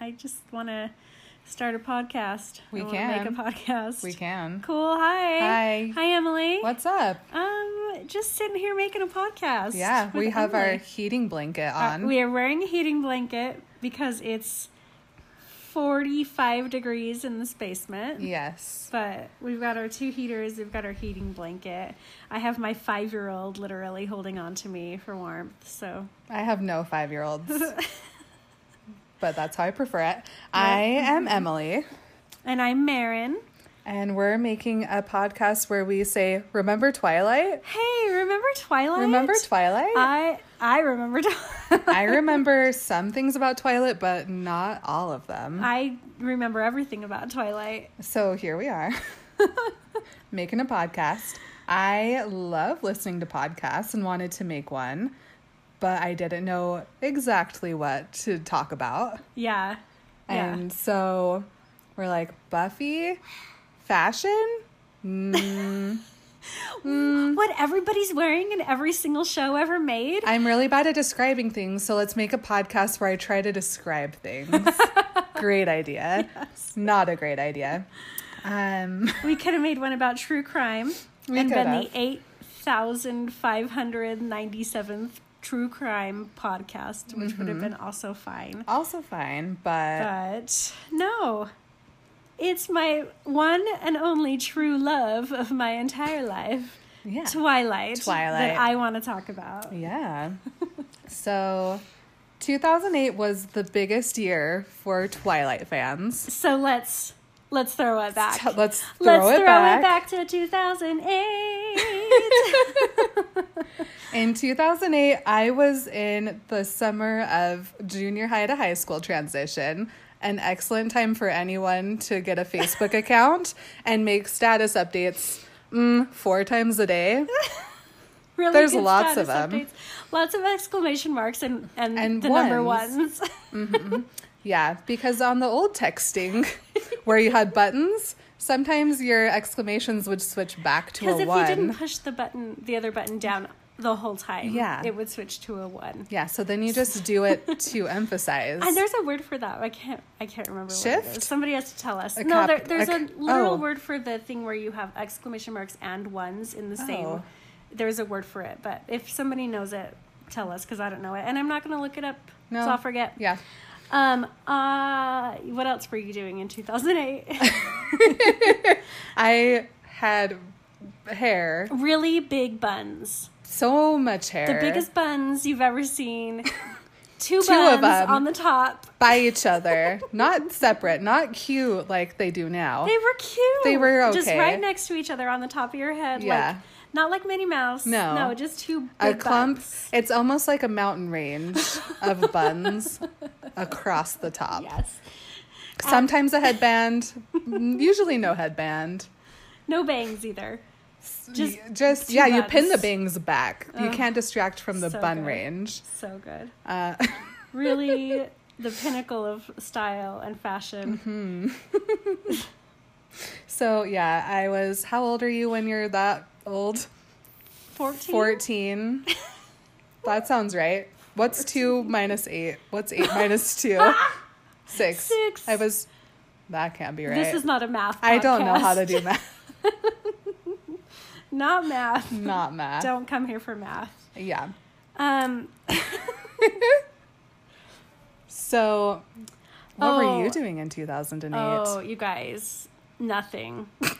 I just want to start a podcast. We I wanna can. make a podcast. We can. Cool. Hi. Hi. Hi, Emily. What's up? Um, just sitting here making a podcast. Yeah, we with have our Emily. heating blanket Uh, on. we are wearing a heating blanket because it's forty-five degrees in this basement. yes. But we've got our two heaters, we've got our heating blanket. I have my five year old literally holding on to me for warmth. So I have no five year olds, but that's how I prefer it. I am Emily, and I'm Marin. and we're making a podcast where we say, Remember Twilight? Hey, remember Twilight? Remember Twilight? I I remember Twilight. I remember some things about Twilight, but not all of them. I remember everything about Twilight. So here we are making a podcast. I love listening to podcasts and wanted to make one, but I didn't know exactly what to talk about. Yeah. Yeah. And so we're like, Buffy, fashion? What everybody's wearing in every single show ever made. I'm really bad at describing things, so let's make a podcast where I try to describe things. great idea. Not a great idea. Um, We could have made one about true crime We and could been have. the 8,597th true crime podcast, which would Mm-hmm. have been also fine. also fine, but But no, it's my one and only true love of my entire life. yeah. Twilight, Twilight. that I want to talk about. Yeah. so 2008 was the biggest year for Twilight fans. So let's let's throw it back. T- Let's throw, let's it, throw back. it back to 2008. In 2008, I was in the summer of junior high to high school transition. An excellent time for anyone to get a Facebook account and make status updates mm, four times a day. really There's good lots of status them. updates. Lots of exclamation marks and and, And the number ones. ones. Yeah, because on the old texting where you had buttons, sometimes your exclamations would switch back to Because a if one. you didn't push the button, the other button down the whole time, Yeah. it would switch to a one. Yeah, so then you just do it to emphasize. And there's a word for that. I can't. I can't remember. What it Shift? is. Somebody has to tell us. A no, cap- there, there's a a, c- literal oh. word for the thing where you have exclamation marks and ones in the Oh. same. There's a word for it, but if somebody knows it, tell us because I don't know it, and I'm not going to look it up. No. So I'll forget. Yeah. Um. Uh. What else were you doing in 2008? I had hair, really big buns. so much hair. The biggest buns you've ever seen. Two, Two buns of 'em. on the top. by each other, not separate, not cute like they do now. They were cute. They were Just okay. right next to each other on the top of your head. Like, Yeah. not like Minnie Mouse. No. No, just two a big clump. buns. It's almost like a mountain range of buns across the top. Yes. Sometimes a headband, usually no headband. No bangs either. Just Y- just yeah, you pin the buns. Uh, bangs back. you can't distract from the so bun good. range. So good. Uh, Really the pinnacle of style and fashion. Mm-hmm. so yeah, I was. How old are you when you're that old? 14. 14. that sounds right. What's 2 minus 8? What's 8 minus 2? 6. Six. I was. That can't be right. This is not a math. Podcast. I don't know how to do math. Not math. Not math. Don't come here for math. Yeah. Um, So, what Oh. were you doing in 2008? Oh, you guys, nothing.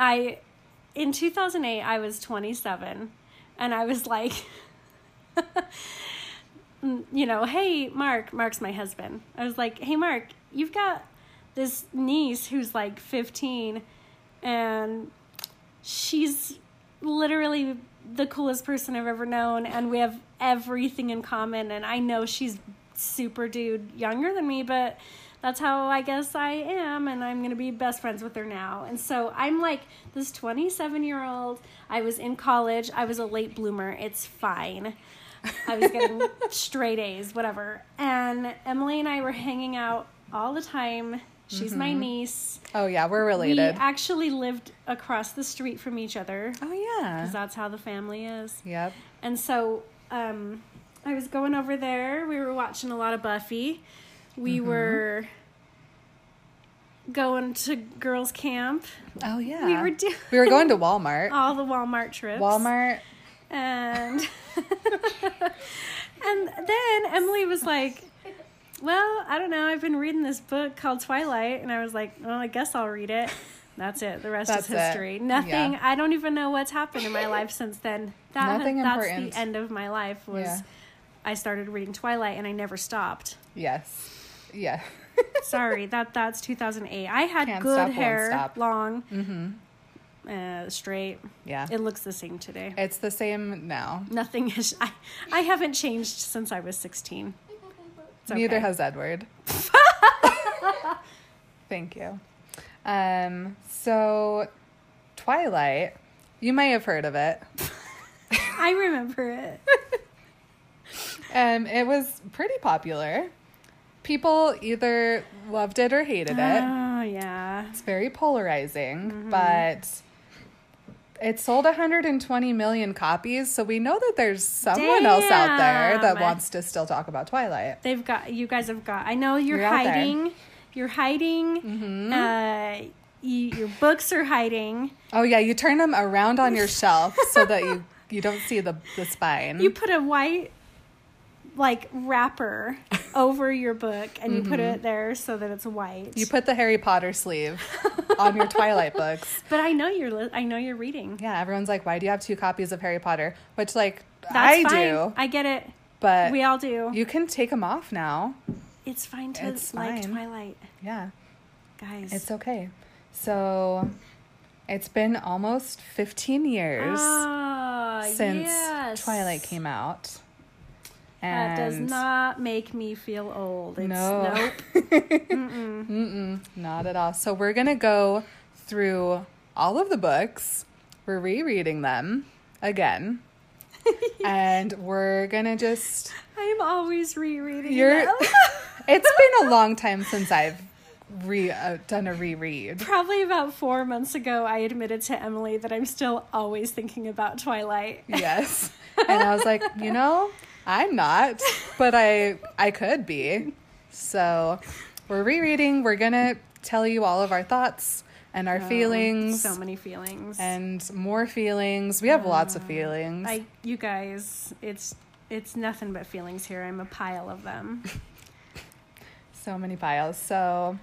I in 2008 I was 27 and I was like Mm, you know, hey Mark, Mark's my husband. I was like, "Hey Mark, you've got this niece who's like 15 and she's literally the coolest person I've ever known, and we have everything in common. And I know she's super dude younger than me, but that's how I guess I am, and I'm gonna be best friends with her now. And so I'm like this 27 year old. I was in college, I was a late bloomer, it's fine. I was getting straight A's, whatever. And Emily and I were hanging out all the time. She's my niece. Oh, yeah, we're related. We actually lived across the street from each other oh, yeah. because that's how the family is. yep. And so um, I was going over there. We were watching a lot of Buffy. We were going to girls' camp. Oh yeah. We were doing We were going to Walmart. all the Walmart trips. Walmart. and and then Emily was like, "Well, I don't know. I've been reading this book called Twilight," and I was like, "Well, I guess I'll read it." That's it. The rest That's is it. history. Nothing. Yeah. I don't even know what's happened in my life since then. That, Nothing that's important. the end of my life. Was Yeah. I started reading Twilight and I never stopped. Yes. Yeah. Sorry, that that's 2008. I had Can't good stop, won't hair, stop. Mm-hmm. long, uh, straight. Yeah. It looks the same today. It's the same now. Nothing has. I, I haven't changed since I was 16. It's Neither okay. has Edward. Thank you. Um, so, Twilight, you may have heard of it. I remember it. Um, it was pretty popular. People either loved it or hated it. Oh yeah. It's very polarizing, Mm-hmm. but it sold 120 million copies. So we know that there's someone else out there that Damn. wants to still talk about Twilight. They've got you guys have got. I know you're, You're out there. Mm-hmm. hiding. You're hiding. Uh, you, your books are hiding. Oh yeah, you turn them around on your shelf so that you you don't see the the spine. You put a white like wrapper over your book and you put it there so that it's white. Mm-hmm. You put the Harry Potter sleeve on your Twilight books. but I know you're li- I know you're reading. Yeah, everyone's like, "Why do you have two copies of Harry Potter?" Which like That's I fine. do, I get it. but we all do. you can take them off now. it's fine to It's like fine. Twilight, Yeah, guys. it's okay. So it's been almost 15 years Ah, since yes. Twilight came out. That And does not make me feel old. It's, No. nope. Not at all. So we're going to go through all of the books. We're rereading them again. and we're going to just I'm always rereading. you're them. It's been a long time since I've re uh, done a reread. Probably about four months ago, I admitted to Emily that I'm still always thinking about Twilight. Yes. And I was like, you know, I'm not, but I I could be. So, we're rereading. We're going to tell you all of our thoughts and our feelings. Oh, So many feelings. and more feelings. We have lots of feelings. I, you guys, it's it's nothing but feelings here. I'm a pile of them. so many piles. So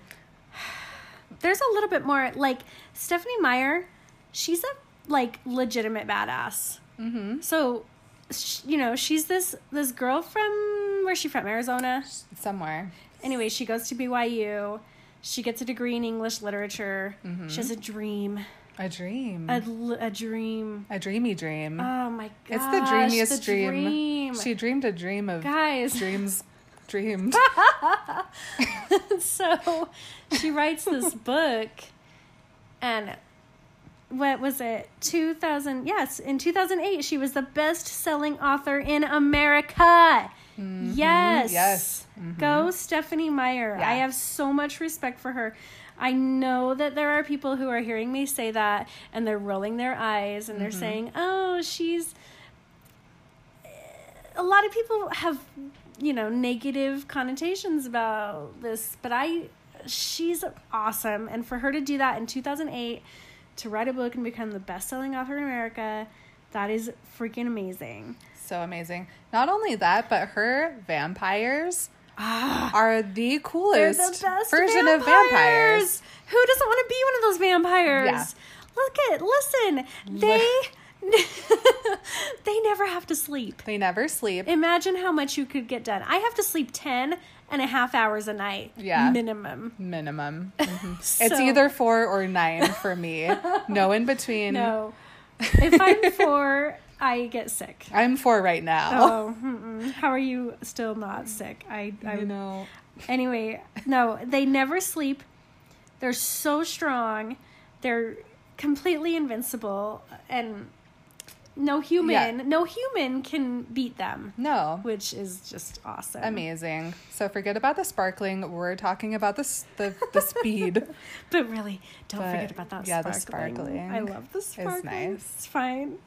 There's a little bit more like Stephanie Meyer. She's a like legitimate badass. Mm-hmm. So, sh- you know, she's this this girl from where's she from? Arizona. somewhere. Anyway, she goes to BYU. She gets a degree in English literature. Mm-hmm. She has a dream. A dream. A, A, l- a dream. dreamy dream. Oh my god. it's the dreamiest dream. dream. She dreamed a dream of Guys, dreams dreamed. so she writes this book and what was it? 2000. Yes, in 2008 she was the best-selling author in America. Yes. yes. Go Stephanie Meyer. Yeah. I have so much respect for her. I know that there are people who are hearing me say that and they're rolling their eyes and they're saying, "Oh, she's a lot of people have you know negative connotations about this but i she's awesome and for her to do that in 2008 to write a book and become the best-selling author in america that is freaking amazing so amazing. Not only that, but her vampires Ah. are the they're coolest the best version vampires. of vampires. who doesn't want to be one of those vampires Yeah. look at listen they they never have to sleep They never sleep. imagine how much you could get done i have to sleep 10 and a half hours a night Yeah. minimum Minimum. It's So- either four or nine for me. no in between. No. If I'm four, I get sick. I'm four right now. Oh, mm-mm. how are you still not sick? I, I you know. Anyway, no, they never sleep. They're so strong. They're completely invincible, and no human, Yeah. no human can beat them, No. which is just awesome. Amazing. So forget about the sparkling. We're talking about the s- the, the speed. But really, don't But, forget about that. yeah, the sparkling. sparkling I love the nice. sparkling. It's fine.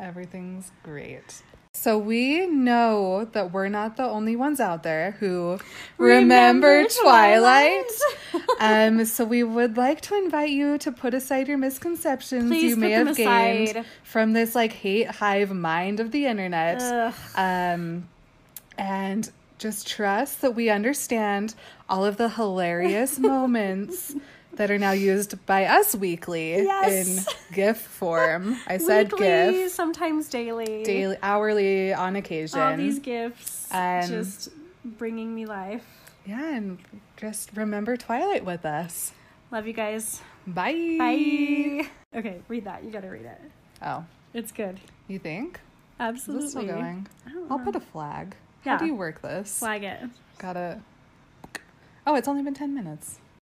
Everything's great. So we know that we're not the only ones out there who Remember remember, Twilight. Twilight. um, so we would like to invite you to put aside your misconceptions Please you put may them have gained aside. from this like hate hive mind of the internet. Ugh. Um, and just trust that we understand all of the hilarious moments that are now used by us weekly Yes. in GIF form. I said Weekly, GIF sometimes daily. daily, hourly, on occasion. All these gifts Um, just bringing me life. yeah, and just remember Twilight with us. Love you guys. Bye. Bye. Okay, read that. You gotta read it. Oh, It's good. you think? Is Absolutely. this still going? I don't I'll know. put a flag. Yeah. How do you work this? flag it. Got to Oh, it's only been 10 minutes.